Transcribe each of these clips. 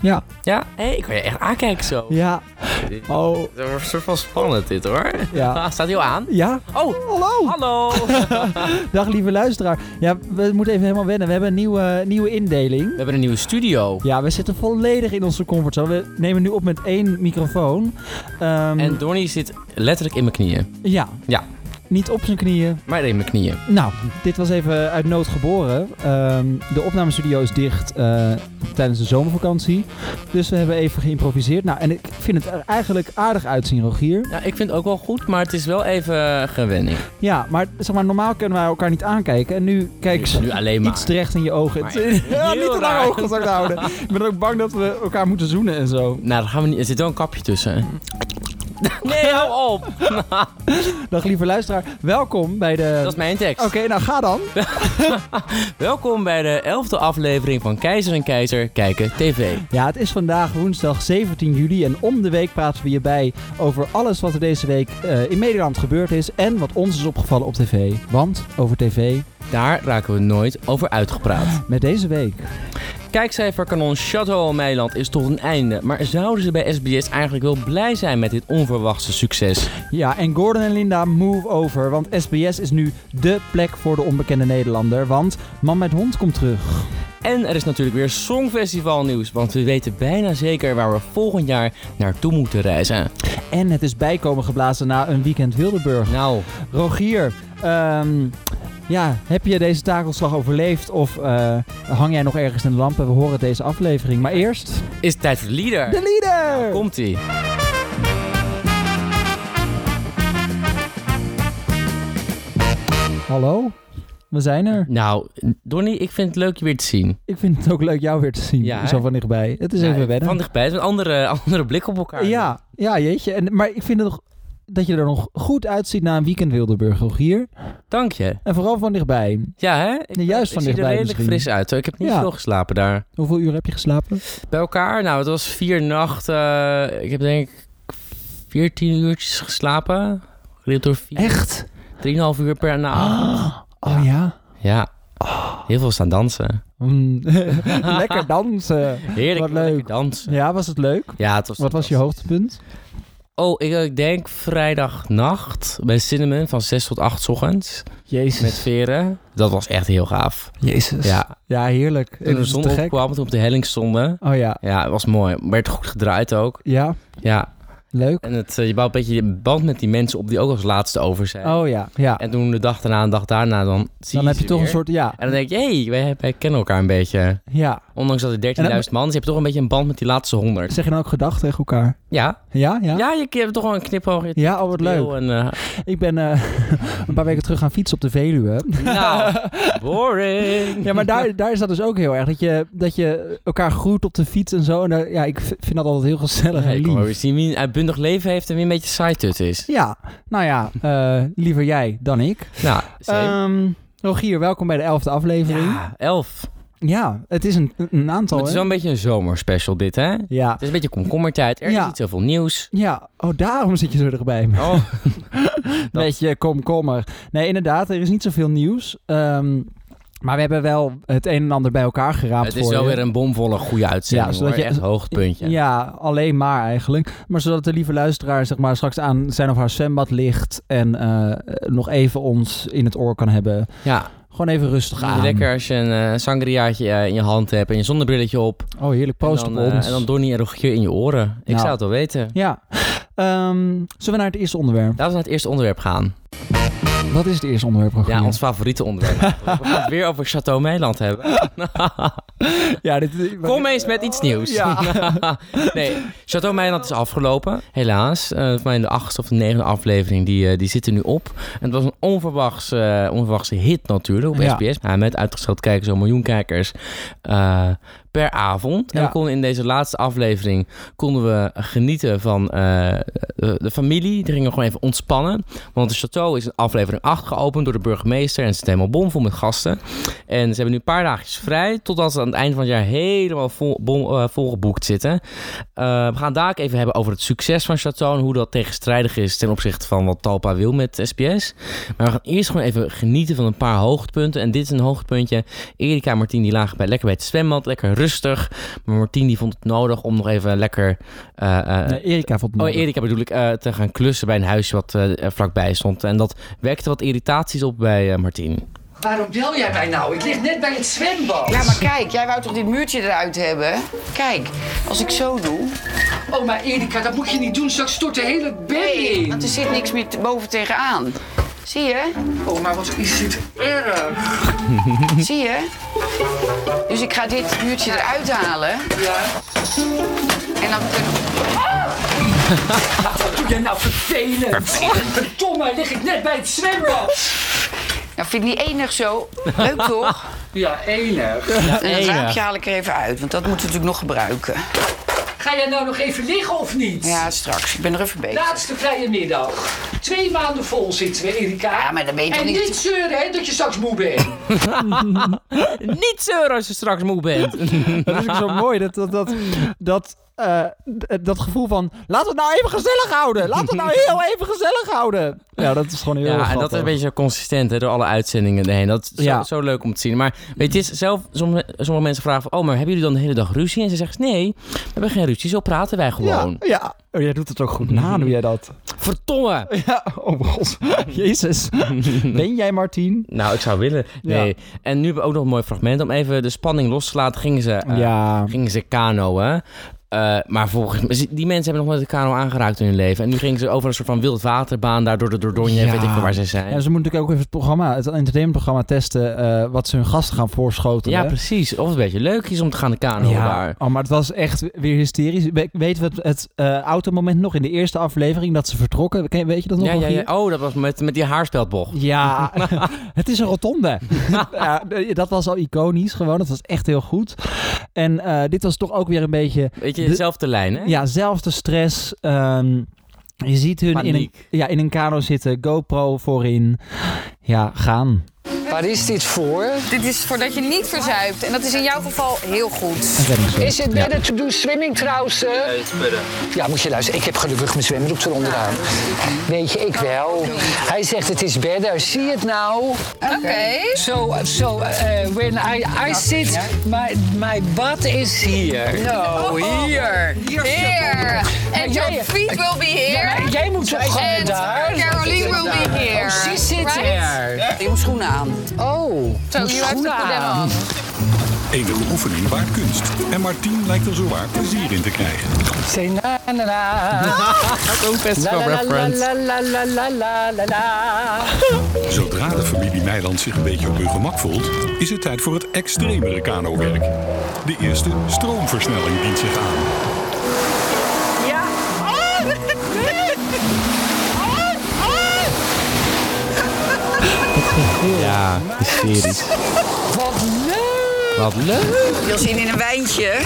Ja. Ja, hé, ik wil je echt aankijken zo. Ja. Oh. Het wordt een soort van spannend dit hoor. Ja. Ah, Staat heel aan. Ja. Oh, Hallo. hallo. Dag lieve luisteraar. Ja, we moeten even helemaal wennen. We hebben een nieuwe, nieuwe We indeling. hebben een nieuwe studio. Ja, we zitten volledig in onze comfortzone. We nemen nu op met één microfoon. Ehm, En Donnie zit letterlijk in mijn knieën. ja. Ja. Niet op zijn knieën. Maar in mijn knieën. Nou, dit was even uit nood geboren. Ehm, de opnamestudio is dicht eh, tijdens de zomervakantie. Dus we hebben even geïmproviseerd. Nou, en ik vind het er eigenlijk aardig uitzien, Rogier. Ja, ik vind het ook wel goed, maar het is wel even eh, gewenning. Ja, maar zeg maar, normaal kunnen wij elkaar niet aankijken. En nu kijk ik Nu alleen maar. iets terecht in je ogen. Maar ja, heel niet te lang raar. oogcontact houden. ik ben ook bang dat we elkaar moeten zoenen en zo. Nou, dan gaan we niet. Er zit wel een kapje tussen. Mm. Nee, hou op. Dag lieve luisteraar, welkom bij de... Dat is mijn tekst. Oké, nou ga dan. Welkom bij de elfde aflevering van Keizer en Keizer Kijken TV. Ja, het is vandaag woensdag 17 juli en om de week praten we hierbij over alles wat er deze week eh, in Nederland gebeurd is en wat ons is opgevallen op tv. Want over tv Daar raken we nooit over uitgepraat. met deze week. Kijkcijferkanon Chateau Meiland is tot een einde. Maar zouden ze bij SBS eigenlijk wel blij zijn met dit onverwachte succes? Ja, en Gordon en Linda move over, want SBS is nu dé plek voor de onbekende Nederlander, want Man met Hond komt terug. En er is natuurlijk weer Songfestival nieuws. Want we weten bijna zeker waar we volgend jaar naartoe moeten reizen. En het is bijkomen geblazen na een weekend Wildeburg. Nou, Rogier, ehm, ja, heb je deze takelslag overleefd of eh, hang jij nog ergens in de lampen? We horen deze aflevering. Maar eerst is het tijd voor de leader. de leader! Komt-ie. Hallo, we zijn er. Nou, Donnie, ik vind het leuk je weer te zien. Ik vind het ook leuk jou weer te zien, Ja, hè? zo van dichtbij. Het is Ja, even wennen. Nou, Van dichtbij. Het is een andere, andere blik op elkaar. ja, ja, jeetje. En, maar ik vind het nog, dat je er nog goed uitziet na een weekend Wildeburg, Rogier. Dank je. En vooral van dichtbij. Ja, hè? Ik, Nee, juist van ik zie er dichtbij redelijk misschien. fris uit. hoor. Ik heb niet Ja. veel geslapen daar. Hoeveel uur heb je geslapen? Bij elkaar, nou, het was vier nachten. eh, ik heb denk ik 14 uurtjes geslapen. Gedeeld door vier. Echt? 3,5 uur per nacht. Ah, oh ja? Ja. Heel veel staan dansen. Mm. Lekker dansen. Heerlijk. Wat lekker leuk. Dansen. Ja, was het leuk? Ja, het was Wat was je hoogtepunt? Oh, ik, ik denk vrijdagnacht bij Cinnamon van 6 tot 8 's ochtends. Jezus. Met veren. Dat was echt heel gaaf. Jezus. Ja, Ja. ja heerlijk. Toen Het de is zon te gek. opkwam, toen we op de helling stonden. Oh ja. Ja, het was mooi. Werd goed gedraaid ook. Ja, Ja. leuk. En het, eh, je bouwt een beetje je band met die mensen op die ook als laatste over zijn. Oh ja, ja. En toen de dag daarna en de dag daarna, dan zie Dan heb je ze toch een weer. soort, ja, En dan denk je, hé, hey, wij, wij kennen elkaar een beetje. ja. Ondanks dat er 13.000 man is, heb je toch een beetje een band met die laatste 100. Zeg je dan ook gedag tegen elkaar? Ja, Ja, ja. ja. je, je hebt toch wel een knipoog. in Ja, oh wat het leuk. keel En, eh, Ik ben eh, een paar weken terug gaan fietsen op de Veluwe. nou, boring. Ja, maar daar, daar is dat dus ook heel erg. Dat je, dat je elkaar groet op de fiets en zo. En daar, ja, ik v- vind dat altijd heel gezellig en ik hoor weer lief. zien wie een uitbundig leven heeft en wie een beetje saaitut is. Ja, nou ja, eh, liever jij dan ik. Nou, same. Ehm, Rogier, welkom bij de elfde aflevering. Ja, ja, elf. het is een, een aantal, Het is hè? wel een beetje een zomerspecial dit, hè? Het Ja. is een beetje komkommertijd. Er Ja. is niet zoveel nieuws. ja, oh, daarom zit je zo dichtbij me. Oh, Dat- Beetje komkommer. Nee, inderdaad, er is niet zoveel nieuws. Ehm, maar we hebben wel het een en ander bij elkaar geraapt het voor is wel je. weer een bomvolle goede uitzending, Ja, zodat hoor. je- Echt hoogpuntje. Ja, alleen maar eigenlijk. Maar zodat de lieve luisteraar zeg maar, straks aan zijn of haar zwembad ligt... en eh, eh, nog even ons in het oor kan hebben. ja. Gewoon even rustig aan. Lekker als je een eh, sangriaatje eh, in je hand hebt en je zonnebrilletje op. Oh, heerlijk. Proost en op dan, eh, ons. en dan Donnie en Rogier in je oren. Ik Nou. zou het wel weten. Ja. Ehm, zullen we naar het eerste onderwerp? Laten we naar het eerste onderwerp gaan. Wat is het eerste onderwerp, Rogier? Ja, ons favoriete onderwerp. we gaan het weer over Chateau Meiland hebben. Ja, dit... Kom eens met iets nieuws. Ja. nee, Chateau Meiland is afgelopen, helaas. Eh, Volgens mij in de achtste of de negende aflevering, die, eh, die zit er nu op. En het was een onverwachts, eh, onverwachte hit natuurlijk op Ja. SBS. Nou, met uitgesteld kijkers, een miljoen kijkers eh, per avond. En Ja. we konden in deze laatste aflevering konden we genieten van eh, de de familie. Die gingen gewoon even ontspannen. Want de Chateau is in aflevering 8 geopend door de burgemeester. En ze zit helemaal bomvol met gasten. En ze hebben nu een paar dagjes vrij. Totdat ze aan het eind van het jaar helemaal vol, bom, eh, volgeboekt zitten. Eh, we gaan daar ook even hebben over het succes van Chateau. En hoe dat tegenstrijdig is ten opzichte van wat Talpa wil met SBS. Maar we gaan eerst gewoon even genieten van een paar hoogtepunten. En dit is een hoogtepuntje. Erika en Martien die lagen bij, lekker bij het zwembad. Lekker rustig. Maar Martien die vond het nodig om nog even lekker... eh, eh, Nee, Erika vond het Oh, nodig. Erika bedoel ik, eh, te gaan klussen bij een huisje wat eh, er vlakbij stond. En dat wekte wat irritaties op bij eh, Martien. Waarom bel jij mij nou? Ik lig net bij het zwembad. Ja, maar kijk, jij wou toch dit muurtje eruit hebben? Kijk, als ik zo doe... Oh, maar Erika, dat moet je niet doen. Straks stort de hele bed Hé, in. want er zit niks meer te- boven tegenaan. Zie je? Oh, maar wat is dit erg. Zie je? Dus ik ga dit muurtje eruit halen. Ja. En dan kunnen... Wat doe jij nou vervelend? Verdomme, lig ik net bij het zwembad. Nou, vind ik niet enig zo. Leuk toch? Ja, enig. en dat enig. raampje haal ik er even uit, want dat moeten we natuurlijk nog gebruiken. Ga jij nou nog even liggen of niet? Ja, straks. Ik ben er even bezig. Laatste vrije middag. Twee maanden vol zitten we, Erika. Ja, maar dan ben je toch en niet- niet zeuren, hè, dat je straks moe bent. Niet zeuren als je straks moe bent. Dat is ook zo mooi. Dat, dat, dat, dat, eh, d- dat gevoel van... Laten we het nou even gezellig houden. Laten we het nou heel even gezellig houden. Ja, dat is gewoon heel Ja, en dat grappig. is een beetje zo consistent hè, door alle uitzendingen heen. Dat is zo, Ja. zo leuk om te zien. Maar weet je, het is zelf, sommige, sommige mensen vragen van... Oh, maar hebben jullie dan de hele dag ruzie? En ze zeggen, nee, we hebben geen ruzie. Zo praten wij gewoon. Ja, ja. Oh, jij doet het ook goed na, doe jij dat. Vertongen! Ja, oh god. Jezus. Ben jij Martien? Nou, ik zou willen. Ja. Nee. En nu hebben we ook nog een mooi fragment. Om even de spanning los te laten, gingen ze, eh, ja. gingen ze kano, hè? Eh, maar volgens mij, die mensen hebben nog nooit een kano aangeraakt in hun leven. En nu gingen ze over een soort van wildwaterbaan, daardoor de Dordogne, Ja. weet ik veel waar ze zijn. Ja, ze moeten natuurlijk ook even het programma, het entertainmentprogramma testen, eh, wat ze hun gasten gaan voorschoten. Ja, hè? precies. Of het een beetje leuk is om te gaan de kano daar. Oh, maar het was echt weer hysterisch. We- Weten we het, het eh, automoment nog in de eerste aflevering dat ze vertrokken? Ken- Weet je dat nog? Ja, ja, Rogier? ja. Oh, dat was met, met die haarspeldbocht. Ja, het is een rotonde. ja, dat was al iconisch gewoon. Dat was echt heel goed. En eh, dit was toch ook weer een beetje... Weet je, De- dezelfde lijn, hè? Ja, zelfs de stress. ehm, je ziet hun in een, Paniek. ja, in een kano zitten. GoPro voorin. Ja, gaan. Waar is dit voor? Dit is voordat je niet verzuipt. En dat is in jouw geval heel goed. Een reddingsboot. Is it better to do swimming trouwens? Nee, it's better. Ja, moet je luisteren. Ik heb gelukkig mijn zwembroek eronder aan. Weet je, ik wel. Hij zegt het is better. Zie je het nou? Oké. So, so uh, when I, I sit, my, my butt is here. Nou, Oh, hier. Hier. En your feet will be here. Jij moet toch gewoon En daar? Caroline will be here. Oh, she sits there. Je moet schoenen aan. Oh, Zo, moet nu heeft het schoenen probleem aan. al. Enige oefening waard kunst. En Martien lijkt er zowaar plezier in te krijgen. Say na na na. Dat ook festival La la reference. la la la la la la la. Zodra de familie Meiland zich een beetje op hun gemak voelt, is het tijd voor het extremere kanowerk. De eerste stroomversnelling dient zich aan. Ja, hysterisch. Wat leuk! Wat leuk. Veel zin in een wijntje.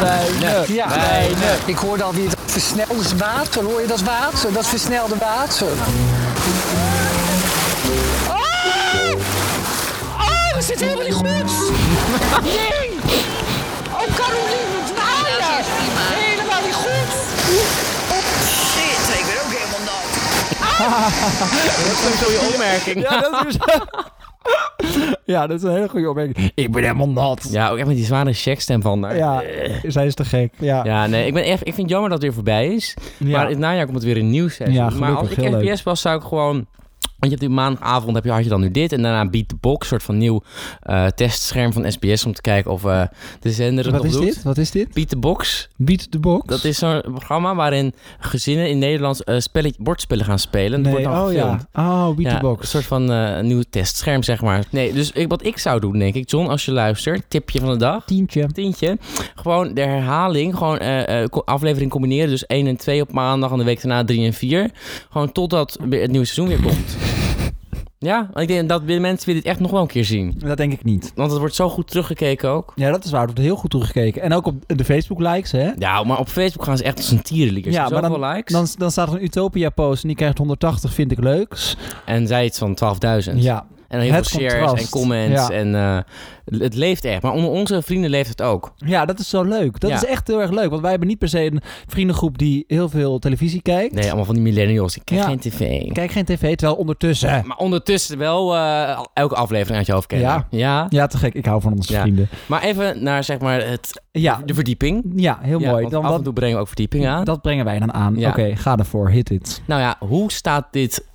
Weinig. Ja. Weinig. Ik hoorde alweer het versnelde water. Hoor je dat water? Dat versnelde water. Oh, we zitten helemaal niet goed. Nee. Oh, Caroline, wat waai Ja, je? dat is prima. Helemaal niet goed. Shit, ik ben ook helemaal nat. Goeie opmerking. Ja, dat is... ja, dat is een hele goede opmerking. Ik ben helemaal nat. Ja, ook echt met die zware checkstem van daar. Ja, zij is te gek. Ja. Ja, nee, ik, ben echt, ik vind het jammer dat het weer voorbij is. Ja. Maar in het najaar komt het weer een nieuw seizoen. Ja, gelukkig, maar als ik heel leuk. SBS was, zou ik gewoon... Want je hebt nu maandagavond, heb je, had je dan nu dit. En daarna Beat the Box, soort van nieuw eh, testscherm van SBS... om te kijken of eh, de zender het Wat nog is doet. dit? Wat is dit? Beat the Box, Beat the Box? dat is zo'n programma waarin gezinnen in Nederland eh spelletje, bordspellen gaan spelen. En dat Nee, wordt dan oh gefilmd. ja. Oh, Beat Ja, the Box. Een soort van eh, nieuw testscherm, zeg maar. Nee, dus ik, wat ik zou doen, denk ik, John, als je luistert, tipje van de dag. tientje. Tientje. Gewoon de herhaling, gewoon eh, eh, co- aflevering combineren. Dus 1 en 2 op maandag en de week daarna 3 en 4. Gewoon totdat weer het nieuwe seizoen weer komt. Ja, want ik denk dat willen mensen willen dit echt nog wel een keer zien. Dat denk ik niet. Want het wordt zo goed teruggekeken ook. Ja, dat is waar. Er wordt heel goed teruggekeken. En ook op de Facebook-likes, hè? Ja, maar op Facebook gaan ze echt als een tierenliekers. Ja, Zoveel dan, likes. dan, dan staat er een Utopia-post en die krijgt 180, vind ik leuks. En zij iets van 12.000. Ja, En heel Het veel shares contrast. en comments. Ja. En eh, het leeft echt. Maar onder onze vrienden leeft het ook. Ja, dat is zo leuk. Dat Ja. is echt heel erg leuk. Want wij hebben niet per se een vriendengroep die heel veel televisie kijkt. Nee, allemaal van die millennials. Ik kijk Ja. geen tv. Ik Kijk geen tv, terwijl ondertussen... Maar ondertussen wel eh, elke aflevering uit je hoofd kennen. Ja. ja. Ja, te gek. Ik hou van onze Ja. vrienden. Maar even naar zeg maar het, Ja, de verdieping. ja heel Ja, mooi. want Dan af en dat, toe brengen we ook verdieping aan. dat brengen wij dan aan. Ja. Oké, ga ervoor. Hit it. Nou ja, hoe staat dit...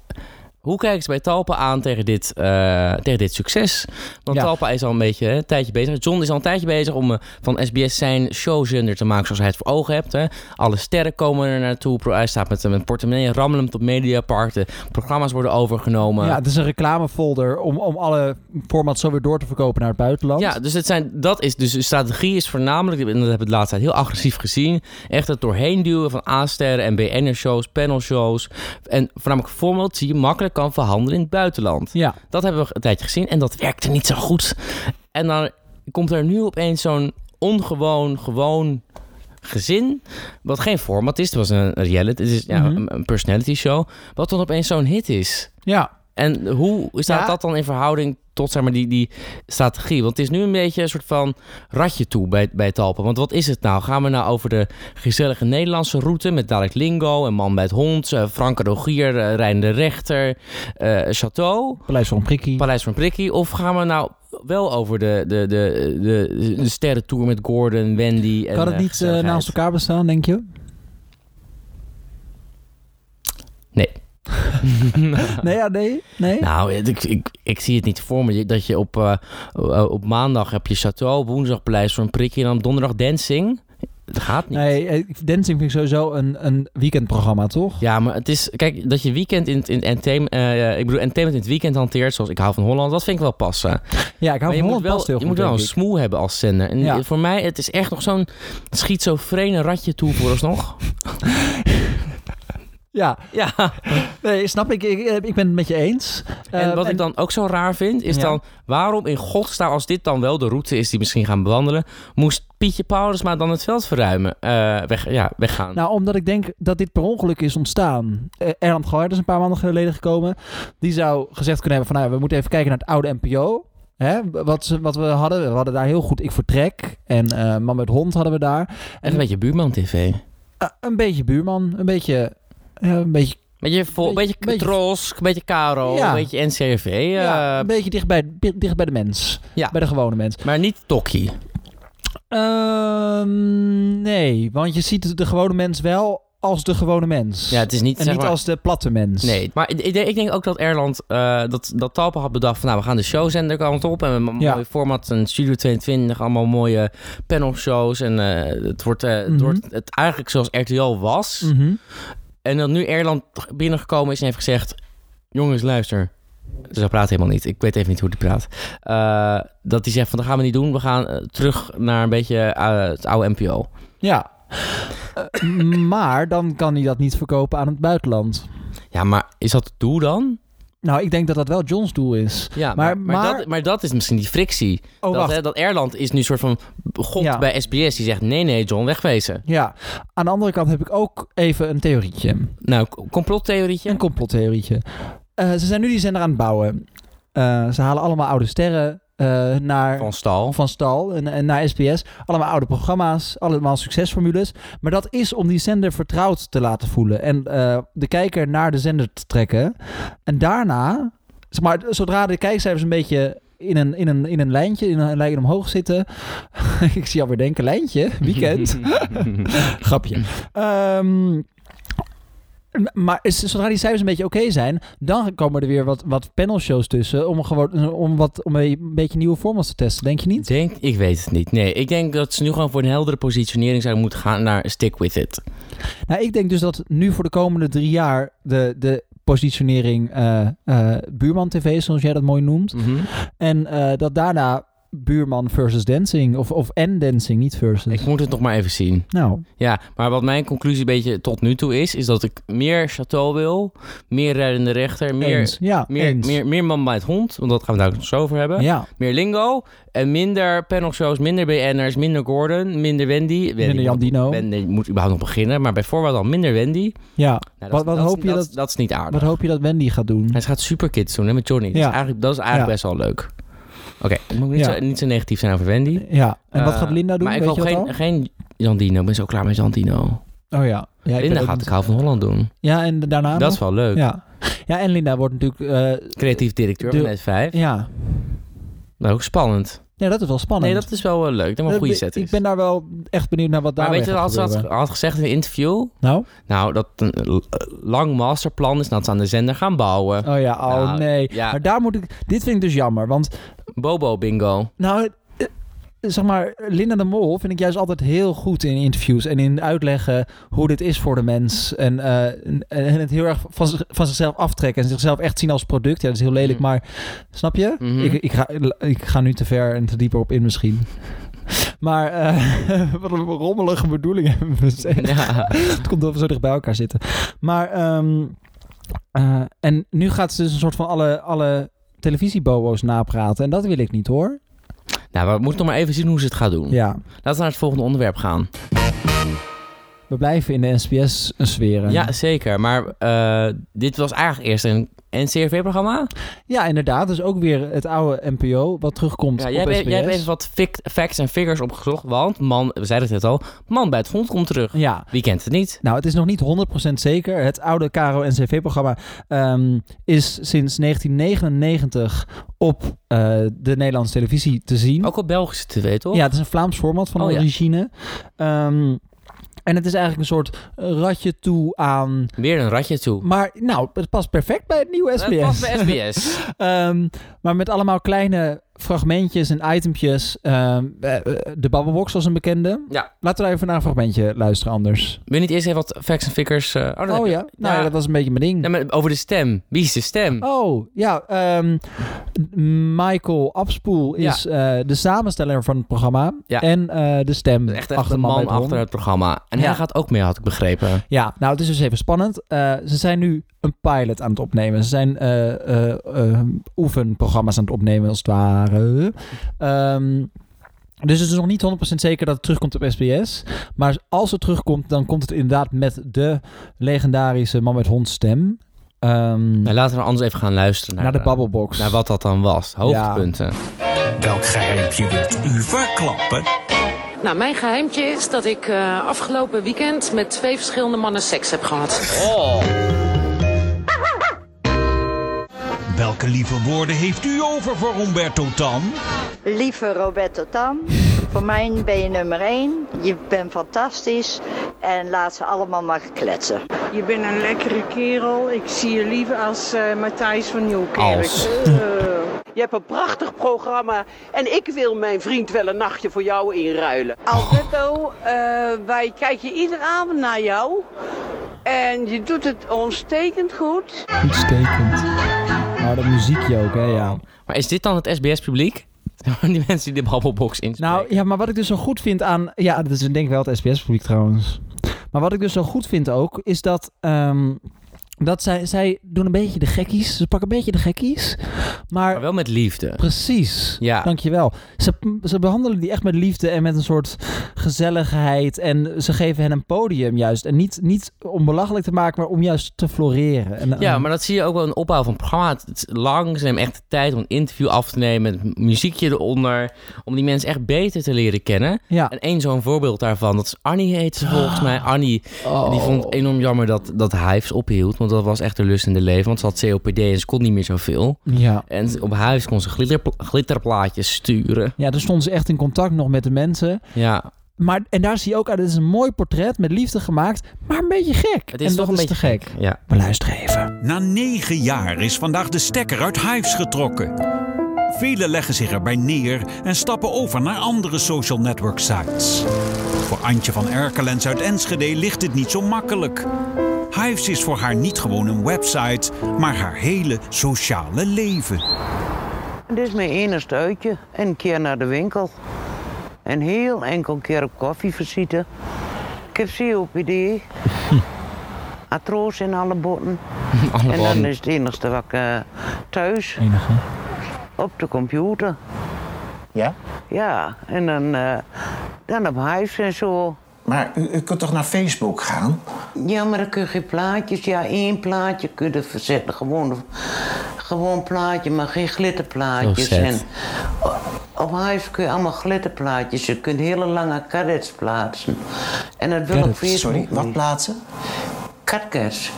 Hoe kijken ze bij Talpa aan tegen dit, eh, tegen dit succes? Want Ja. Talpa is al een beetje hè, een tijdje bezig. John is al een tijdje bezig om eh, van SBS zijn showzender te maken zoals hij het voor ogen hebt. Hè. Alle sterren komen er naartoe. Pro- Hij staat met een portemonnee rammelend op Mediapark. De programma's worden overgenomen. Ja, het is een reclamefolder om, om alle formats zo weer door te verkopen naar het buitenland. Ja, dus, het zijn, dat is, dus de strategie is voornamelijk, en dat hebben we de laatste tijd heel agressief gezien, echt het doorheen duwen van A-sterren en BN'er-shows, panel-shows. En voornamelijk formats die je makkelijk kan verhandelen in het buitenland. Ja, Dat hebben we een tijdje gezien en dat werkte niet zo goed. En dan komt er nu opeens zo'n ongewoon, gewoon gezin, wat geen format is. Het was een reality, het is ja, Mhm. een- een personality show, wat dan opeens zo'n hit is. ja. En hoe staat Ja. dat dan in verhouding tot zeg maar, die, die strategie? Want het is nu een beetje een soort van ratje toe bij, bij Talpen. Want wat is het nou? Gaan we nou over de gezellige Nederlandse route met Dalek Lingo en Man bij het Hond, eh, Franke Rogier, eh, Rijn de Rechter, eh, Chateau, Paleis van Prikkie. Paleis van Prikkie? Of gaan we nou wel over de, de, de, de, de sterrentour met Gordon, Wendy en kan het eh, niet eh, gezelligheid? naast elkaar bestaan, denk je? Nee. Nee, ja, nee. nee. Nou, ik, ik, ik zie het niet voor me. Dat je op, eh, eh, op maandag heb je Chateau, op woensdag Paleis van Prikkie en dan donderdag Dancing. Het gaat niet. Nee, eh, dancing vind ik sowieso een, een weekendprogramma, toch? Ja, maar het is... Kijk, dat je weekend in, het- in, het entertainment... eh, ik bedoel, entertainment in het weekend hanteert, zoals Ik hou van Holland, dat vind ik wel passen. Ja, ik hou Maar van je moet Holland wel, past heel je goed, moet wel een denk ik. smoel hebben als zender. En Ja. voor mij, het is echt nog zo'n schizofrene ratje toe vooralsnog. Ja, Ja, nee, snap ik. Ik, eh, ik ben het met je eens. en Eh, wat ik dan ook zo raar vind, is Ja. dan... Waarom in godsnaam, als dit dan wel de route is die we misschien gaan bewandelen... moest Pietje Paulus maar dan het veld verruimen, eh, weg, ja, weggaan? Nou, omdat ik denk dat dit per ongeluk is ontstaan. Eh, Erland Gaard is een paar maanden geleden gekomen. Die zou gezegd kunnen hebben van... Nou, we moeten even kijken naar het oude NPO. Hè? Wat, ze- wat we hadden. We hadden daar heel goed Ik Vertrek. En eh Man met Hond hadden we daar. En een beetje buurman tv. Eh, een beetje buurman. Een beetje... ja, een beetje, Beetje, vol, Beetje- beetje, beetje- Trosk, een beetje Karo, Ja. een beetje NCRV. eh, ja, ja, een beetje dicht bij, dicht bij de mens. Bij de gewone mens. maar niet Tokkie. Ehm, nee, want je ziet de gewone mens wel als de gewone mens. Ja, het is niet, en zeg niet maar- als de platte mens. Nee, maar ik, ik denk- ik denk ook dat Erland, eh, dat, dat Talpa had bedacht van nou, we gaan de showzender kant op. En we hebben een Ja. mooi format, een Studio 22, allemaal mooie panelshows. En eh, het, wordt, eh, Mhm. het wordt het eigenlijk zoals RTL was. Mhm. En dat nu Erland binnengekomen is en heeft gezegd... Jongens, luister. Dus hij praat helemaal niet. Ik weet even niet hoe hij praat. Eh, dat hij zegt van, dat gaan we niet doen. We gaan eh, terug naar een beetje eh, het oude NPO. Ja. Eh, maar dan kan hij dat niet verkopen aan het buitenland. Ja, maar is dat het doel dan? Nou, ik denk dat dat wel John's doel is. Ja, maar, Maar- maar, maar- dat, maar dat is misschien die frictie. Oh, dat, wacht. hè, dat Erland is nu een soort van god Ja. bij SBS. Die zegt, nee, nee, John, wegwezen. Ja. Aan de andere kant heb ik ook even een theorietje. Nou, k- complottheorietje. Een complottheorietje. Eh, ze zijn nu die zender aan het bouwen. Eh, ze halen allemaal oude sterren eh, naar... Van stal. van stal en, en naar SBS. Allemaal oude programma's, allemaal succesformules. Maar dat is om die zender vertrouwd te laten voelen. En eh, de kijker naar de zender te trekken. En daarna, zeg maar, zodra de kijkcijfers een beetje in een, in een, in een lijntje, in een lijn omhoog zitten. ik zie alweer denken, lijntje, weekend. Grapje. Ehm, m- maar is- zodra die cijfers een beetje oké zijn, dan komen er weer wat, wat panelshows tussen om, gewoon, om, wat, om een beetje nieuwe formats te testen, denk je niet? Denk, ik weet het niet. Nee, ik denk dat ze nu gewoon voor een heldere positionering zouden moeten gaan naar stick with it. Nou, ik denk dus dat nu voor de komende drie jaar de, de Mhm. positionering eh, eh, Buurman TV, zoals jij dat mooi noemt. En eh, dat daarna buurman versus dancing. Of, of en dancing, niet versus. Ik moet het nog maar even zien. Nou, Ja, maar wat mijn conclusie een beetje tot nu toe is, is dat ik meer château wil, meer rijdende rechter, meer, eens. Ja, meer, eens. meer, meer man bij het hond, want dat gaan we daar ook nog zo over hebben. ja. Meer lingo en minder panelshows, minder BN'ers, minder Gordon, minder Wendy. Wendy Minder Jan moet- Dino. Wendy moet überhaupt nog beginnen, maar bij voorbaat al minder Wendy. ja. Nou, Wat- wat is- hoop je is- dat- Dat is niet aardig. Wat hoop je dat Wendy gaat doen? Hij gaat superkids doen hè, met Johnny. Dat Ja. is eigenlijk, dat is eigenlijk Ja. best wel leuk. Oké, ik moet niet, Ja. zo, niet zo negatief zijn over Wendy. Ja. En wat Eh, gaat Linda doen? Maar ik Weet wil je dat geen, geen Jan Dino. Ik ben zo klaar met Jan Dino. al? Oh ja. ja ik Linda weet ook gaat niet. ik hou van Holland doen. Ja, en daarna Dat is wel leuk. nog? Ja. ja, en Linda wordt natuurlijk... eh, Creatief directeur De- van Net5. ja. Nou, ook spannend. ja, dat is wel spannend. Nee, dat is wel eh, leuk. Dat is wel een goede set is. Ik ben daar wel echt benieuwd naar wat daar maar weet je weer wat gaat ze had, gebeuren. had gezegd in een interview? Nou? Nou, dat een eh, lang masterplan is dat ze aan de zender gaan bouwen. Oh ja, oh Nou, nee. ja. Maar daar moet ik... Dit vind ik dus jammer, want... Bobo bingo. Nou, eh, zeg maar, Linda de Mol vind ik juist altijd heel goed in interviews en in uitleggen hoe dit is voor de mens. En, eh, en, en het heel erg van, zich- van zichzelf aftrekken en zichzelf echt zien als product. Ja, dat is heel lelijk, Mhm. maar snap je? Mhm. ik, ik, ga, ik ga nu te ver en te dieper op in misschien. Maar eh, wat een rommelige bedoeling hebben we gezegd. Ja. Het komt omdat we zo dicht bij elkaar zitten. Maar, ehm, eh, en nu gaat ze dus een soort van alle, alle televisiebobo's napraten. En dat wil ik niet hoor. nou, we moeten nog maar even zien hoe ze het gaat doen. Ja. Laten we naar het volgende onderwerp gaan. We blijven in de SBS-sferen. Ja, zeker. Maar eh, dit was eigenlijk eerst een NCRV-programma. ja, inderdaad. Dus ook weer het oude NPO wat terugkomt Ja, op jij, hebt- SBS. jij hebt even wat fict- facts en figures opgezocht. Want, man, we zeiden het net al, man bij het hond komt terug. Ja. Wie kent het niet? Nou, het is nog niet 100% zeker. Het oude Caro NCV-programma ehm is sinds 1999 op eh, de Nederlandse televisie te zien. Ook op Belgische tv, toch? Hm? Ja, het is een Vlaams format van Oh, ja. origine. Ehm, en het is eigenlijk een soort ratje toe aan... Weer een ratje toe. Maar nou, het past perfect bij het nieuwe SBS. Het past bij SBS. Ehm, maar met allemaal kleine fragmentjes en itempjes. Ehm, eh, eh, de Babbelbox was een bekende. ja. Oh, Laten we daar even naar een fragmentje luisteren anders. Wil je niet eerst even wat facts en figures... eh, oh, dat heb Oh je- ja, nou ja, dat was een beetje mijn Nee, ding. maar over de stem. Wie is de stem? Oh, ja. ehm, Michael Abspoel Ja. is eh, de samensteller van het programma. Ja. En eh, de stem Echt, echt achter een Man bij het man Hond. achter het programma. En Ja. hij gaat ook mee, had ik begrepen. Ja, nou het is dus even spannend. Eh, ze zijn nu een pilot aan het opnemen. Ze zijn eh, eh, eh, oefenprogramma's aan het opnemen als het ware. Ehm, dus het is nog niet 100% zeker dat het terugkomt op SBS. Maar als het terugkomt, dan komt het inderdaad met de legendarische man met hond stem. Ehm, Nou, laten we anders even gaan luisteren naar, naar de eh, babbelbox. Naar wat dat dan was. Hoogtepunten. Welk geheimpje wilt u verklappen? Nou, mijn geheimtje is dat ik eh, afgelopen weekend met twee verschillende mannen seks heb gehad. Welke lieve woorden heeft u over voor Umberto Tan? Lieve Roberto Tam, voor mij ben je nummer één. Je bent fantastisch en laat ze allemaal maar kletsen. Je bent een lekkere kerel. Ik zie je liever als eh, Matthijs van Nieuwkerk. Als. Eh, je hebt een prachtig programma. En ik wil mijn vriend wel een nachtje voor jou inruilen. Alberto, eh, wij kijken iedere avond naar jou. En je doet het ontstekend goed. Goed stekend. Nou, dat muziekje ook, hè, ja. Maar is dit dan het SBS-publiek? die mensen die de babbelbox inspreken. Nou ja, maar wat ik dus zo goed vind aan. Ja, dat is denk ik wel het SBS-publiek trouwens. Maar wat ik dus zo goed vind ook, is dat. ehm, dat zij, zij doen een beetje de gekkies. Ze pakken een beetje de gekkies. Maar, maar wel met liefde. precies. Ja. Dankjewel. Ze, ze behandelen die echt met liefde en met een soort gezelligheid. En ze geven hen een podium juist. En niet, niet om belachelijk te maken, maar om juist te floreren. En, Ja, eh, maar dat zie je ook wel in de opbouw van het programma. Het is lang, ze nemen echt de tijd om een interview af te nemen, met muziekje eronder, om die mensen echt beter te leren kennen. Ja. En één zo'n voorbeeld daarvan, dat is Annie heet ze volgens mij. Annie, die vond het enorm jammer dat, dat Hives ophield, want dat was echt de lust in de leven, want ze had COPD en ze kon niet meer zoveel. ja. En op Hives kon ze glitterpla- glitterplaatjes sturen. Ja, daar stonden ze echt in contact nog met de mensen. Ja, Maar, en daar zie je ook uit, het is een mooi portret met liefde gemaakt, maar een beetje gek. het is en toch dat een is beetje te gek. Ja. Maar luister even. Na negen jaar is vandaag de stekker uit Hives getrokken. Velen leggen zich erbij neer en stappen over naar andere social network sites. Voor Antje van Erkelens uit Enschede ligt het niet zo makkelijk. Hives is voor haar niet gewoon een website, maar haar hele sociale leven. Dit is mijn enigste uitje. En een keer naar de winkel. En heel enkel keer op koffievisite. Ik heb COPD. Atroos in alle botten. Alle en botten. dan is het enigste wat ik eh, thuis Enige. op de computer. Ja? Ja, en dan, eh, dan op Hives en zo. Maar u, u kunt toch naar Facebook gaan? Ja, maar dan kun je geen plaatjes. Ja, één plaatje kun je verzetten. Gewoon, gewoon plaatje, maar geen glitterplaatjes. Zo zet. en o- op huis kun je allemaal glitterplaatjes. Je kunt hele lange karrets plaatsen. En dat wil ik Carrots, Facebook sorry, wat plaatsen? Karkers.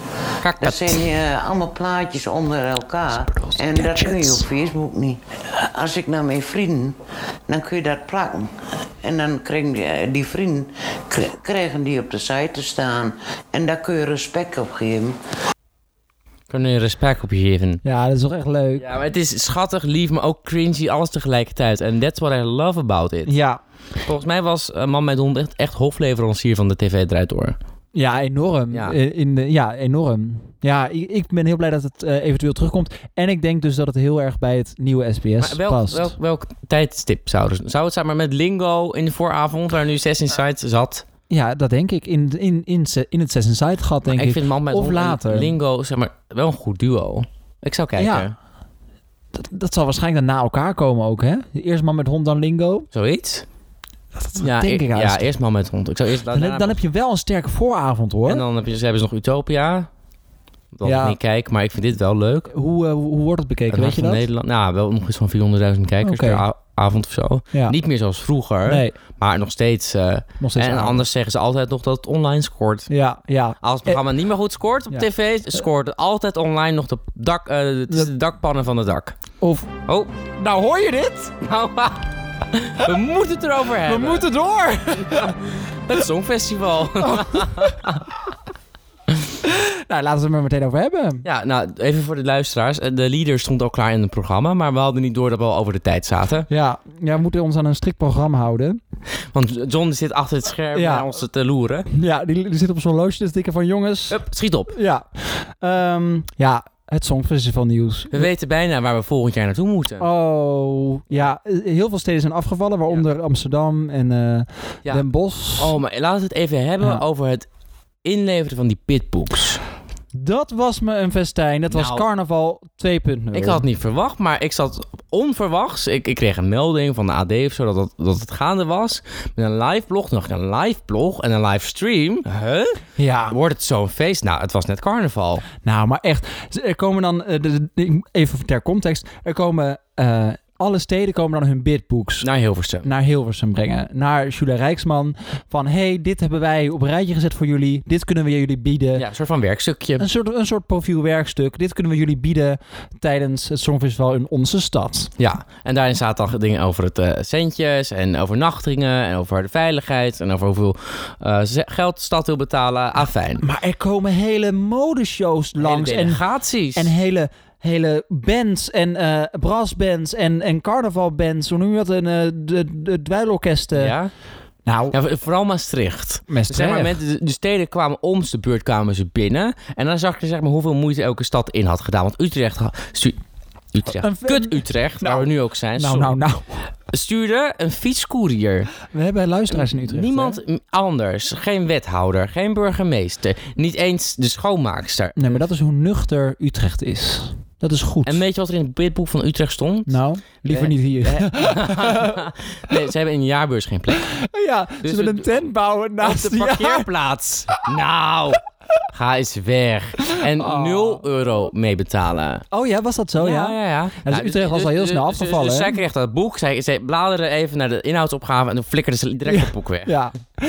Dat zijn eh, allemaal plaatjes onder elkaar. En dat kun je op Facebook niet. Als ik naar mijn vrienden, dan kun je dat plakken. En dan krijgen die, die vrienden kri- krijgen die op de site te staan. En daar kun je respect op geven. Kan je respect op je geven. Ja, dat is toch echt leuk. Ja, maar het is schattig, lief, maar ook cringy, alles tegelijkertijd. En that's what I love about it. Ja. Volgens mij was eh, Man met Hond echt, echt hofleverancier van de TV draait door. Ja, enorm. Ja. Eh, In de, ja, enorm. Ja, i- ik ben heel blij dat het eh, eventueel terugkomt. En ik denk dus dat het heel erg bij het nieuwe SBS Maar welk, past. welk, welk tijdstip zou, er- zou het zijn? Maar met Lingo in de vooravond, waar nu Zes Insights zat. Ja, dat denk ik. In, in, in, se- in het Zes Inside gat, denk Maar ik. ik vind Man met of Hond en later. Lingo zeg maar, wel een goed duo. Ik zou kijken. Ja. Dat, dat zal waarschijnlijk dan na elkaar komen ook, hè? Eerst man met hond, dan Lingo. Zoiets? ja, ja, denk e- ik haast. ja, eerst Man met Hond. Ik zou eerst, dan, heb- dan heb je wel een sterke vooravond, hoor. En dan heb je, ze hebben ze nog Utopia. Dat Ja. ik niet kijk, maar ik vind dit wel leuk. Hoe, eh, hoe hoe wordt het bekeken, Het weet Hart je van dat? Nederland. Nou, wel nog iets van 400.000 kijkers Oké. per a- avond of zo. Ja. Niet meer zoals vroeger, Nee. maar nog steeds. eh, Nog steeds en aardig. anders zeggen ze altijd nog dat het online scoort. Ja, ja. Als het programma niet meer goed scoort op Ja. Eh. tv, scoort het altijd online nog de, dak, eh, de- de dakpannen van het dak. Of... Oh, nou hoor je dit? Nou, we moeten het erover hebben. moeten door! Het Songfestival. nou, laten we het er meteen over hebben. Ja, nou, even voor de luisteraars. Eh, De leader stond al klaar in het programma, maar we hadden niet door dat we al over de tijd zaten. Ja, ja, we moeten ons aan een strikt programma houden. Want John zit achter het scherm Ja. naar ons te loeren. Ja, die, die zit op zo'n loosje te dikke van jongens. Hup, schiet op. Ja. Ehm, ja, het Songfestival nieuws. We weten bijna waar we volgend jaar naartoe moeten. Oh, ja. Heel veel steden zijn afgevallen, waaronder Amsterdam en eh, Ja. Den Bosch. Oh, maar laten we het even hebben Ja. over het inleveren van die pitbooks. Dat was me een festijn. Dat was Nou. carnaval 2.0. Ik had het niet verwacht, maar ik zat onverwachts. Ik, ik kreeg een melding van de AD of zo dat, dat, dat het gaande was. Met een live blog, nog een live blog en een livestream. Ah. Huh? Ja, Wordt het zo'n feest? Nou, het was net carnaval. nou, maar echt. Er komen dan, eh, de- de- even ter context, er komen, eh, alle steden komen dan hun bidbooks Naar Hilversum. naar Hilversum brengen. Naar Julia Rijksman. Van, hey, dit hebben wij op een rijtje gezet voor jullie. Dit kunnen we jullie bieden. Ja, een soort van werkstukje. Een soort, een soort profielwerkstuk. Dit kunnen we jullie bieden tijdens het Songfestival in onze stad. Ja, en daarin zaten al dingen over het eh, centjes en overnachtingen en over de veiligheid en over hoeveel eh, ze- geld de stad wil betalen. Ah, Afijn. Maar er komen hele modeshows langs. en, delegaties. en hele, hele bands en eh brassbands en, en carnavalbands. Hoe noem je dat? En, eh, de, de dweilorkesten. ja. Nou, Ja, voor- vooral Maastricht. Maastricht. Zeg maar, met de, de steden kwamen om de beurt kwamen ze binnen. En dan zag je zeg maar, hoeveel moeite elke stad in had gedaan. Want Utrecht... ha- stu- Utrecht. Een- Kut Utrecht, waar we nu ook zijn. nou, sorry. nou, nou. Stuurde een fietscourier. We hebben luisteraars in Utrecht. Niemand hè? m- anders. Geen wethouder. Geen burgemeester. Niet eens de schoonmaakster. Nee, maar dat is hoe nuchter Utrecht is. Dat is goed. En weet je wat er in het bidboek van Utrecht stond? Nou, liever niet hier. nee, ze hebben in de jaarbeurs geen plek. ja, Dus ze willen het- een tent bouwen Op naast de parkeerplaats. Nou, ga eens weg. En 0 euro mee betalen. Oh ja, was dat zo? Ja, ja. ja. Nou, dus Utrecht was al heel snel afgevallen, Dus, hè? zij kreeg dat boek. Zij, zij bladerde even naar de inhoudsopgave en toen flikkerde ze direct het boek weg. Ja.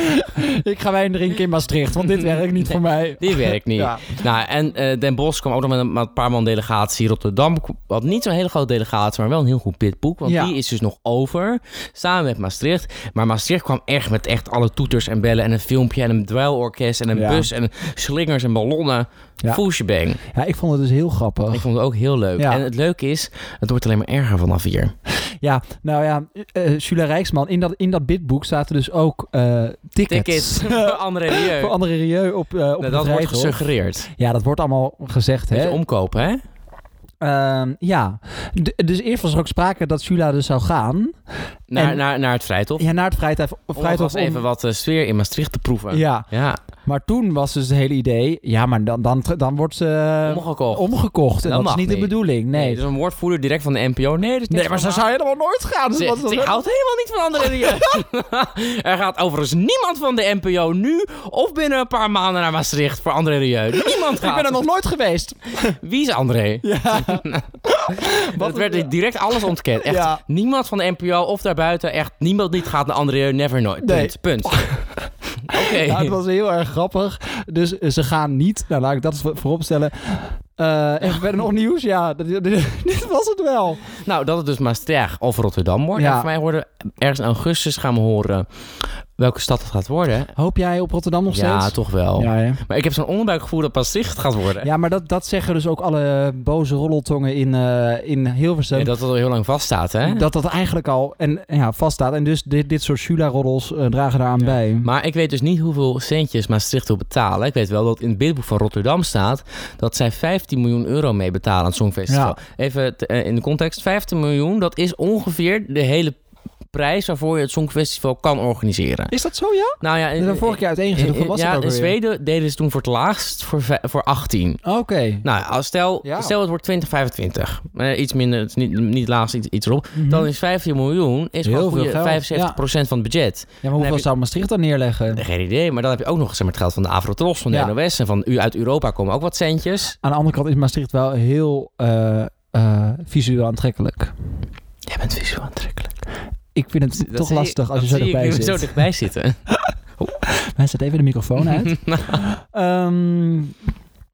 ik ga wijn drinken in Maastricht, want dit werkt niet voor mij. Die werkt niet. Ja. Nou, en eh, Den Bosch kwam ook nog met een, met een paar man delegatie. Rotterdam had niet zo'n hele grote delegatie, maar wel een heel goed pitboek. Want Ja. die is dus nog over, samen met Maastricht. Maar Maastricht kwam echt met echt alle toeters en bellen en een filmpje en een dweilorkest en een Ja. bus en slingers en ballonnen. Ja. Foosjebang. Ja, ik vond het dus heel grappig. Ik vond het ook heel leuk. Ja. En het leuke is, het wordt alleen maar erger vanaf hier. Ja, nou ja, eh Julia Rijksman, in dat, in dat bidboek zaten dus ook eh, tickets. Tickets voor André Rieu. voor andere Rieu op, eh op Nou, het Eh, dat wordt Rijthof. gesuggereerd. Ja, dat wordt allemaal gezegd, Beetje hè? omkopen, hè? Ehm, ja, D- dus eerst was er ook sprake dat Jula dus zou gaan. Naar, En- naar, naar het Vrijthof. ja, naar het Vrijthof. om alvast Vrijthof om- even wat eh, sfeer in Maastricht te proeven. Ja. ja. Maar toen was dus het hele idee, ja, maar dan, dan, dan wordt ze Omgekocht. omgekocht. En dat, mag is niet de bedoeling, Eh, nee. Dus een woordvoerder direct van de NPO. Nee, dat is niks Nee, maar van ze zou helemaal nooit gaan. Dus Ze- wat- die houdt helemaal niet van andere dingen. er gaat overigens niemand van de NPO nu of binnen een paar maanden naar Maastricht voor André Rieu. Niemand gaat. Ik ben er nog nooit geweest. Wie is André? dat werd direct alles ontkend. Echt, Ja. niemand van de NPO of daarbuiten, echt niemand niet gaat naar André Rieu, never nooit. Nee. Punt, punt. Oké. Nou, het was heel erg grappig. Dus eh, ze gaan niet. Nou, laat ik dat voor- vooropstellen. Eh en verder nog nieuws. Ja, dat, dit was het wel. Nou, dat het dus Maastricht of Rotterdam wordt. Ja. En voor mij worden ergens in augustus gaan we horen welke stad het gaat worden. Hoop jij op Rotterdam nog Ja, steeds? toch wel. Ja, hè? Maar ik heb zo'n onderbuikgevoel dat Maastricht het gaat worden. Ja, maar dat, dat zeggen dus ook alle boze rollettongen in, eh, in Hilversum. En dat het al heel lang vaststaat, hè? dat dat eigenlijk al en, ja, vaststaat. En dus dit, dit soort Shula-roddels eh, dragen daaraan bij. Maar ik weet dus niet hoeveel centjes Maastricht wil betalen. Ik weet wel dat in het bidboek van Rotterdam staat dat zij 15 miljoen euro mee betalen aan het Songfestival. Even te- eh, in de context, 15 miljoen, dat is ongeveer de hele prijs waarvoor je het Songfestival kan organiseren. Is dat zo, ja? Nou ja, Dat hebben we vorige keer uiteengezet. Hoeveel was Eh, ja, het ook in alweer? Zweden deden ze toen voor het laagst voor, vij- voor 18. Oké. Nou, als stel, Ja. stel het wordt 2025. Eh, iets minder, het is niet, niet laagst, iets, iets erop. Dan is 15 miljoen Mhm. is Heel gewoon veel goede geld, 75% van het budget. Ja, maar Dan heb hoeveel je- zou Maastricht dan neerleggen? geen idee, maar dan heb je ook nog zeg maar, het geld van de Avrotros, van de Ja. NOS en van u uit Europa komen ook wat centjes. Aan de andere kant is Maastricht wel heel eh, eh, visueel aantrekkelijk. Jij bent visueel aantrekkelijk. Ik vind het toch zie- lastig als je zo dat zie ik dichtbij nu zit. zo dichtbij zitten. Hij zet even de microfoon uit. Ehm,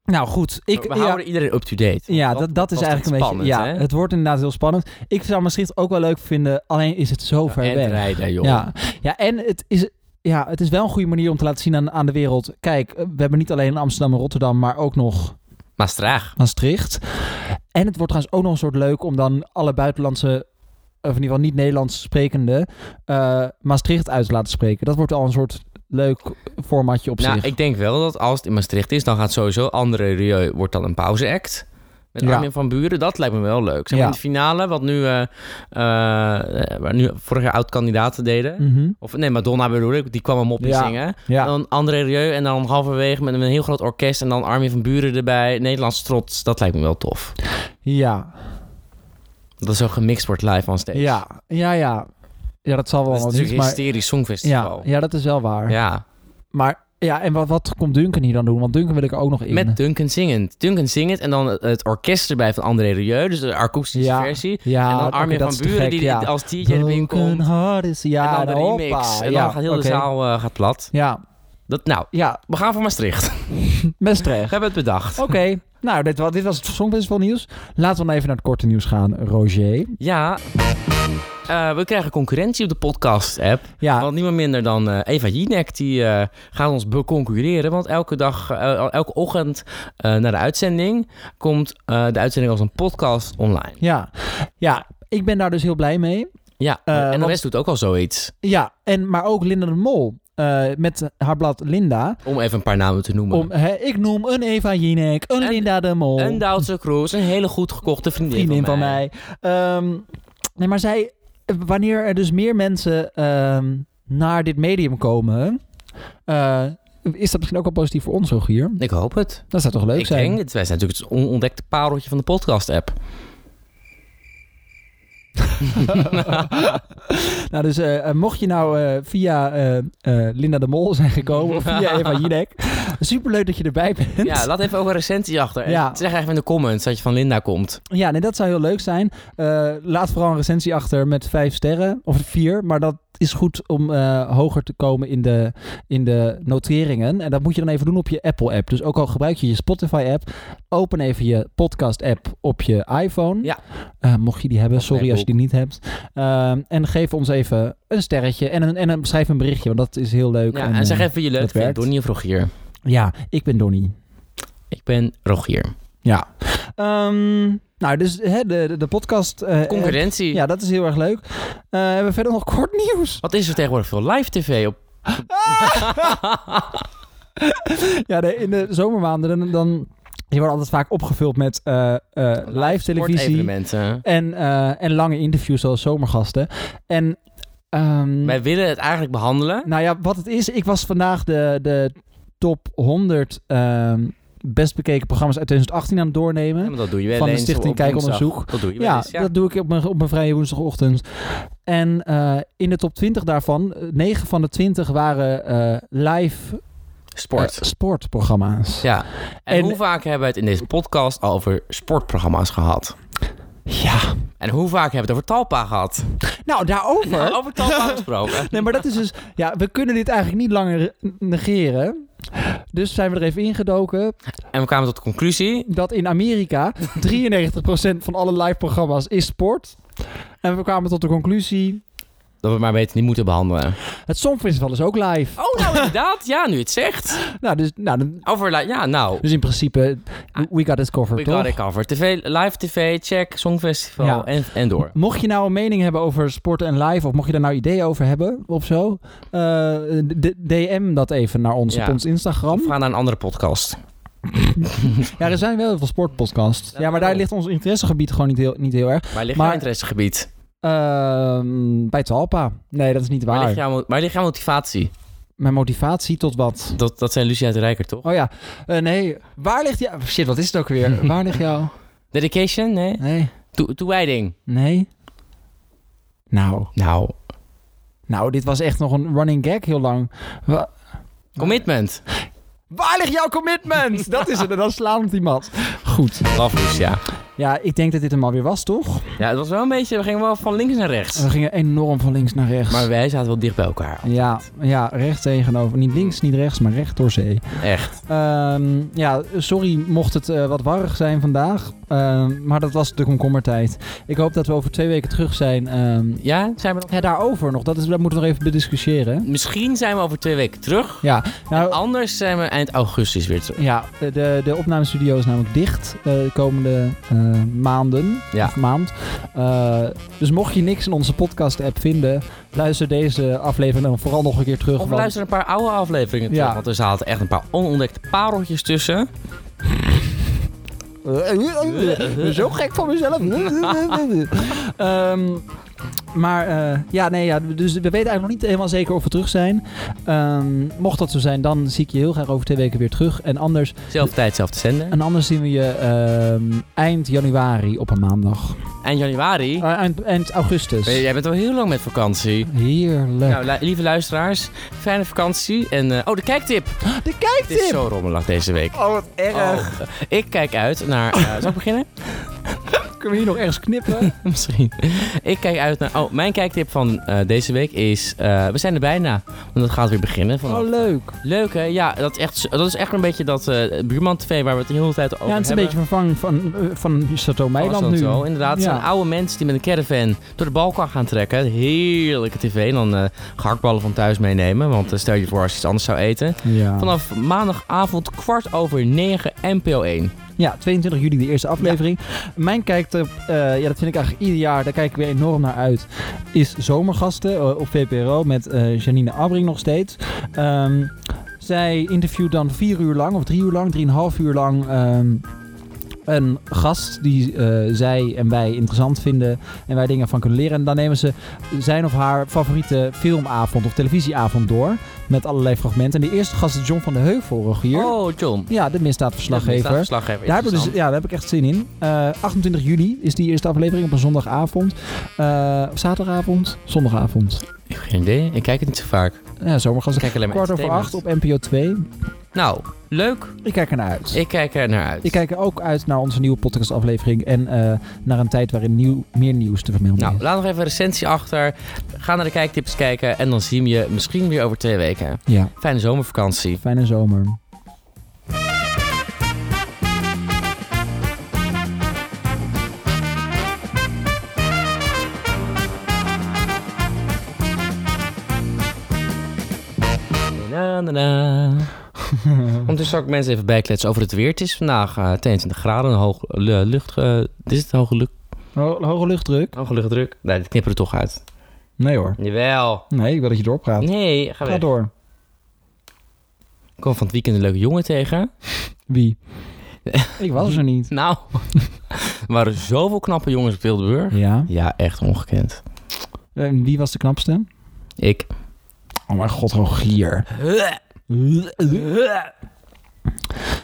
nou goed, ik, Nou. We ja, houden iedereen up-to-date. ja, dat, dat is was eigenlijk toch een beetje... spannend, ja, hè? het wordt inderdaad heel spannend. Ik zou Maastricht ook wel leuk vinden, alleen is het zo ver en weg. rijden, joh. Ja, ja en het is, ja, het is wel een goede manier om te laten zien aan, aan de wereld... Kijk, we hebben niet alleen Amsterdam en Rotterdam, maar ook nog Maastricht. Maastricht. En het wordt trouwens ook nog een soort leuk om dan alle buitenlandse, of in ieder geval niet Nederlands sprekende, eh, Maastricht uit te laten spreken. Dat wordt al een soort leuk formatje op nou, zich. ik denk wel dat als het in Maastricht is, dan gaat sowieso André Rieu wordt dan een pauzeact. Met Ja. Armin van Buren, dat lijkt me wel leuk. Zeg maar Ja. In de finale, wat nu, eh, eh, waar nu vorig jaar oud-kandidaten deden. Mhm. Of nee, Madonna bedoel ik, die kwam hem op Ja. zingen. Ja. Dan André Rieu en dan halverwege met een heel groot orkest en dan Armin van Buren erbij. Nederlands trots, dat lijkt me wel tof. Ja, Dat het zo gemixt wordt live on stage. ja, ja, ja. Ja, dat zal wel Dat is wel natuurlijk niet, een maar... hysterisch Ja, songfestival. ja, dat is wel waar. Ja. Maar ja, en wat, wat komt Duncan hier dan doen? Want Duncan wil ik er ook nog in. Met Duncan zingend. Duncan zingend en dan het orkest erbij van André Rieu. Dus de akoestische Ja. versie. Ja, en dan oké, Armin dat van is te Buren gek, die ja. als DJ erbij Broken komt. heart is- ja, en dan de hoppa. remix. En ja, dan gaat heel oké. de zaal eh, gaat plat. Ja, Dat, nou, ja, we gaan voor Maastricht. Maastricht. We hebben het bedacht. Oké, nou, dit, wa- dit was het Songfestival nieuws. Laten we dan even naar het korte nieuws gaan, Roger. Ja, eh, we krijgen concurrentie op de podcast-app. Ja. Want niemand minder dan eh, Eva Jinek, die eh, gaat ons beconcurreren. Want elke dag, eh, elke ochtend eh naar de uitzending komt eh, de uitzending als een podcast online. Ja. ja, ik ben daar dus heel blij mee. Ja, Eh, en de want- rest doet ook al zoiets. Ja, en, maar ook Linda de Mol eh, met haar blad Linda. Om even een paar namen te noemen. Om, hè, ik noem een Eva Jinek, een En- Linda de Mol, Een een Duitse Kroes, een hele goed gekochte vriendin, vriendin van mij. Ehm, nee, maar zij, wanneer er dus meer mensen ehm, naar dit medium komen, eh, is dat misschien ook al positief voor ons, Rogier? Ik hoop het. Dat zou toch leuk ik zijn? denk het. Wij zijn natuurlijk het onontdekte pareltje van de podcast-app. Nou, dus eh, eh, mocht je nou eh, via eh, eh, Linda de Mol zijn gekomen of via Eva Jinek, superleuk dat je erbij bent. Ja, laat even ook een recensie achter. En Ja. Zeg even in de comments dat je van Linda komt. Ja, nee, dat zou heel leuk zijn. Eh, laat vooral een recensie achter met vijf sterren of vier, maar dat is goed om eh, hoger te komen in de, in de noteringen. En dat moet je dan even doen op je Apple-app. Dus ook al gebruik je je Spotify-app, open even je podcast-app op je iPhone. Ja. Eh, mocht je die hebben, sorry Apple. als je die niet hebt. Ehm, en geef ons even een sterretje en, een, en een, schrijf een berichtje, want dat is heel leuk. Ja, en zeg eh, even wie je leuk dat vindt. werkt. Donnie of Rogier? Ja, ik ben Donnie. Ik ben Rogier. Ja. Ehm, nou, dus hè, de, de, de podcast. eh, Concurrentie. eh, ja, dat is heel erg leuk. Eh, hebben we verder nog kort nieuws? Wat is er tegenwoordig veel live tv op? Ja, nee, in de zomermaanden dan. dan Die worden altijd vaak opgevuld met eh, eh, live televisie. sportevenementen. En, eh, en lange interviews zoals zomergasten. En ehm, Wij willen het eigenlijk behandelen. nou ja, wat het is, ik was vandaag de, de top 100 ehm, best bekeken programma's uit 2018 aan het doornemen. maar dat doe je wel Van de eens Stichting op woensdag. Kijkonderzoek. Dat doe je wel ja, eens, ja. dat doe ik op mijn, op mijn vrije woensdagochtend. En eh, in de top 20 daarvan, 9 van de 20 waren eh, live Sport. eh, sportprogramma's. Ja. En, En- hoe vaak hebben we het in deze podcast al over sportprogramma's gehad? Ja. En hoe vaak hebben we het over Talpa gehad? Nou, daarover. Nou, over Talpa gesproken. Nee, maar dat is dus... Ja, we kunnen dit eigenlijk niet langer negeren. Dus zijn we er even ingedoken En we kwamen tot de conclusie. dat in Amerika 93% van alle live programma's is sport. En we kwamen tot de conclusie... Dat we maar beter niet moeten behandelen. Het Songfestival is ook live. Oh, nou inderdaad. Ja, nu je het zegt. Nou, dus, nou, dan- Over, la- ja, nou. dus in principe, we got it covered, Ah. We toch? got it covered. TV, live tv, check, songfestival Ja. en, en door. Mocht je nou een mening hebben over sport en live, of mocht je daar nou ideeën over hebben of zo, eh, d- DM dat even naar ons Ja. op ons Instagram. We gaan naar een andere podcast. Ja, er zijn wel heel veel sportpodcasts. Ja, maar daar ligt ons interessegebied gewoon niet heel, niet heel erg. Waar ligt Maar- jouw interessegebied? Ehm, bij Talpa. Nee, dat is niet Waar waar. ligt, jouw, waar ligt jouw motivatie? Mijn motivatie tot wat? Dat, dat zijn Lucia de Rijker, toch? Oh ja, Eh, nee. Waar ligt jou... Shit, wat is het ook weer? waar ligt jou... Dedication? Nee. Nee, Toe- Toewijding? nee. Nou, Nou. nou, dit was echt nog een running gag heel lang. Wa- Commitment. Waar ligt jouw commitment? Dat is het. En dan slaan op die mat. Goed. Love Lucia. Ja, ik denk dat dit hem alweer was, toch? Ja, het was wel een beetje... We gingen wel van links naar rechts. We gingen enorm van links naar rechts. Maar wij zaten wel dicht bij elkaar. Ja, ja, recht tegenover. Niet links, niet rechts, maar recht door zee. Echt. Ehm, ja, sorry mocht het eh, wat warrig zijn vandaag. Ehm, maar dat was de komkommertijd. Ik hoop dat we over twee weken terug zijn. Ehm, Ja, zijn we nog... ja, daarover nog. Dat, is, dat moeten we nog even bediscussiëren. Misschien zijn we over twee weken terug. Ja, nou... Anders zijn we eind augustus weer terug. Ja, de- de, de opnamestudio is namelijk dicht eh, de komende eh, maanden. Ja. Of maand. Eh, dus mocht je niks in onze podcast-app vinden, luister deze aflevering dan vooral nog een keer terug. Of want- luister een paar oude afleveringen Ja. terug. Want er zaten echt een paar onontdekte pareltjes tussen. Eh, Zo gek van mezelf. Eh, Ehm, maar eh, ja, nee, ja, dus we weten eigenlijk nog niet helemaal zeker of we terug zijn. Ehm, mocht dat zo zijn, dan zie ik je heel graag over twee weken weer terug. En anders, Zelfde tijd, zelfde zender. en anders zien we je ehm, eind januari op een maandag. Eind januari. Eh, eind, eind Eh, augustus. Jij bent al heel lang met vakantie. Heerlijk. Nou, lu- lieve luisteraars, fijne vakantie. En, eh, oh, de kijktip. de Het is kijktip! zo rommelig deze week. Oh, wat erg. Oh, eh, ik kijk uit naar... eh, zal ik beginnen? Kunnen we hier nog ergens knippen? Misschien. Ik kijk uit naar... Oh, mijn kijktip van eh, deze week is... eh, we zijn er bijna. Want het gaat weer beginnen. Vanaf... Oh, leuk. Leuk, hè? Ja, dat is echt, dat is echt een beetje dat eh Buurman TV waar we het de hele tijd over Ja, het is een hebben. Oh, beetje vervang van, eh, van Chateau Meiland nu. Constant zo, inderdaad. Het Ja. zijn oude mensen die met een caravan door de balkan gaan trekken. Heerlijke tv. En dan eh gehaktballen van thuis meenemen. Want eh, stel je voor als je iets anders zou eten. Ja. Vanaf maandagavond kwart over negen NPO 1. Ja, 22 juli de eerste aflevering. Mijn kijktip, eh, ja, dat vind ik eigenlijk ieder jaar, daar kijk ik weer enorm naar uit, is Zomergasten eh, op VPRO met eh, Janine Abring nog steeds. Ehm, zij interviewt dan vier uur lang, of drie uur lang, drieënhalf uur lang... ehm, een gast die eh, zij en wij interessant vinden en wij dingen van kunnen leren. En dan nemen ze zijn of haar favoriete filmavond of televisieavond door met allerlei fragmenten. En de eerste gast is John van de Heuvel vorig hier. Oh, John. Ja, de misdaadverslaggever. Slaggever. Daar heb, ik dus, Interessant. ja, daar heb ik echt zin in. Eh, 28 juli is die eerste aflevering op een zondagavond. Eh, Of zaterdagavond? Zondagavond. Ik heb geen idee. Ik kijk het niet zo vaak. Ja, zomergasten. kijk alleen maar dus- Kwart over acht entertainment. op NPO 2. Nou, leuk. Ik kijk ernaar uit. Ik kijk er naar uit. Ik kijk er ook uit naar onze nieuwe podcastaflevering. En eh, naar een tijd waarin nieuw, meer nieuws te vermelden Nou, is. laat nog even een recensie achter. Ga naar de kijktips kijken. En dan zien we je misschien weer over twee weken. Ja, Fijne zomervakantie. fijne zomer. Na, na, na. Ondertussen zal ik mensen even bijkletsen over het weer. Het is vandaag eh 22 graden, een hoog, lu- lucht, eh, is het hoge, lucht, Ho- hoge luchtdruk? hoge luchtdruk? Nee, dat knippen we er toch uit. Nee hoor. Jawel. Nee, ik wil dat je doorpraat. Nee, ga Ga weg. door. Ik kwam van het weekend een leuke jongen tegen. Wie? Ik was er niet. Nou, er waren zoveel knappe jongens op Wildeburg. Ja. Ja, echt ongekend. En wie was de knapste? Ik. Oh mijn god, Rogier.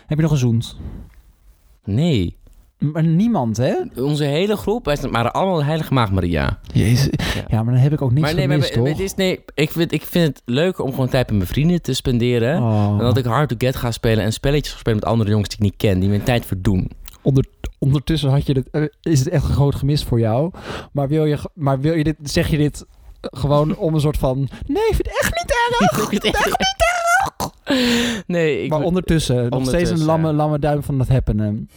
Heb je nog gezoend? Nee. Maar niemand, hè? Onze hele groep, wij waren allemaal de Heilige Maagd Maria. Jezus. Ja, maar dan heb ik ook niks maar nee, gemist, maar, maar toch? het is, nee ik, vind, ik vind het leuker om gewoon tijd met mijn vrienden te spenderen. Oh. Dan dat ik hard to get ga spelen en spelletjes ga spelen met andere jongens die ik niet ken, die mijn tijd verdoen. Onder, ondertussen had je dit, eh, is het echt een groot gemis voor jou. Maar, wil je, ge- maar wil je dit, zeg je dit eh, gewoon om een soort van... Nee, ik vind het echt niet erg. Ik vind het echt niet Nee, ik maar ondertussen, nog steeds ondertussen, een lamme, lamme duim van dat happenen.